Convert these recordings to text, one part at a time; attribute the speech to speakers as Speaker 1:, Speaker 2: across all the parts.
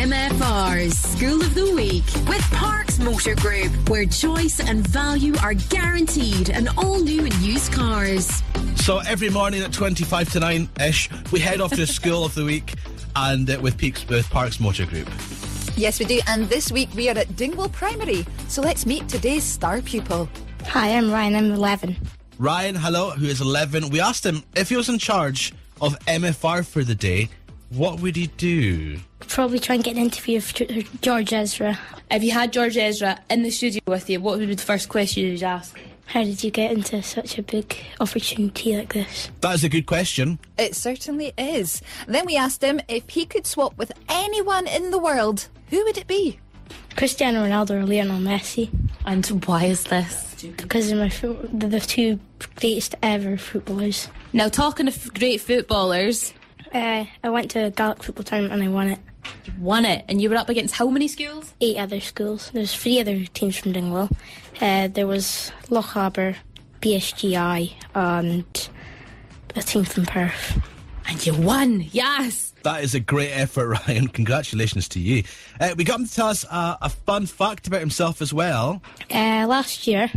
Speaker 1: MFR's School of the Week with Parks Motor Group, where choice and value are guaranteed in all new and used cars.
Speaker 2: So every morning at 25 to 9 ish, we head off to School of the Week and uh, with, Peaks, with Parks Motor Group.
Speaker 3: Yes, we do. And this week we are at Dingwall Primary. So let's meet today's star pupil.
Speaker 4: Hi, I'm Ryan. I'm 11.
Speaker 2: Ryan, hello, who is 11. We asked him if he was in charge of MFR for the day, what would he do?
Speaker 4: Probably try and get an interview with Ge- George Ezra.
Speaker 5: If you had George Ezra in the studio with you, what would be the first question you'd ask?
Speaker 4: How did you get into such a big opportunity like this?
Speaker 2: That is a good question.
Speaker 3: It certainly is. Then we asked him if he could swap with anyone in the world, who would it be?
Speaker 4: Cristiano Ronaldo or Lionel Messi?
Speaker 5: And why is this?
Speaker 4: Because they're, my, fo- they're the two greatest ever footballers.
Speaker 5: Now, talking of great footballers,
Speaker 4: Uh, I went to a Gaelic football tournament and I won it.
Speaker 5: won it, and you were up against how many schools?
Speaker 4: Eight other schools. There's three other teams from Dingwall. Uh, there was Lochaber, BSGI, and a team from Perth.
Speaker 5: And you won, yes!
Speaker 2: That is a great effort, Ryan. Congratulations to you. Uh, we got him to tell us uh, a fun fact about himself as well.
Speaker 4: Uh, last year,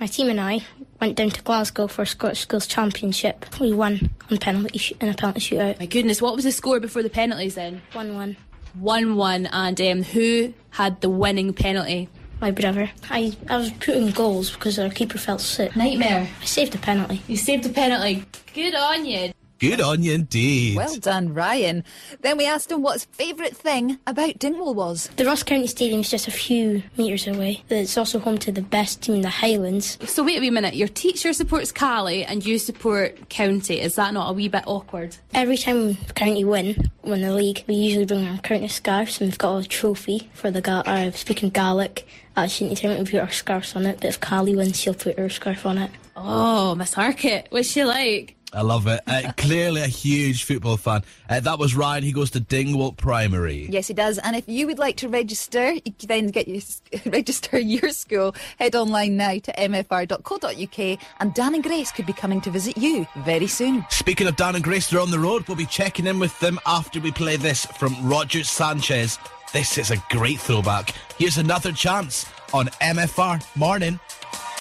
Speaker 4: my team and I went down to Glasgow for a Scottish Schools Championship. We won on penalty sh- in a penalty shootout.
Speaker 5: My goodness, what was the score before the penalties then?
Speaker 4: One-one.
Speaker 5: 1 1, and um, who had the winning penalty?
Speaker 4: My brother. I, I was putting goals because our keeper felt sick.
Speaker 5: Nightmare.
Speaker 4: I saved a penalty.
Speaker 5: You saved the penalty. Good on you.
Speaker 2: Good on you indeed.
Speaker 3: Well done, Ryan. Then we asked him what his favourite thing about Dingwall was.
Speaker 4: The Ross County Stadium is just a few metres away. It's also home to the best team, the Highlands.
Speaker 5: So, wait a wee minute. Your teacher supports Cali and you support County. Is that not a wee bit awkward?
Speaker 4: Every time County win, win the league, we usually bring our County scarves and we've got a trophy for the Ga- uh, speaking Gaelic. At Shinty tournament, we put our scarves on it, but if Cali wins, she'll put her scarf on it.
Speaker 5: Oh, Miss Harkett, what's she like?
Speaker 2: I love it. Uh, clearly a huge football fan. Uh, that was Ryan. He goes to Dingwall Primary.
Speaker 3: Yes, he does. And if you would like to register, you can then get your, register your school. Head online now to mfr.co.uk, and Dan and Grace could be coming to visit you very soon.
Speaker 2: Speaking of Dan and Grace, they're on the road. We'll be checking in with them after we play this from Roger Sanchez. This is a great throwback. Here's another chance on MFR Morning.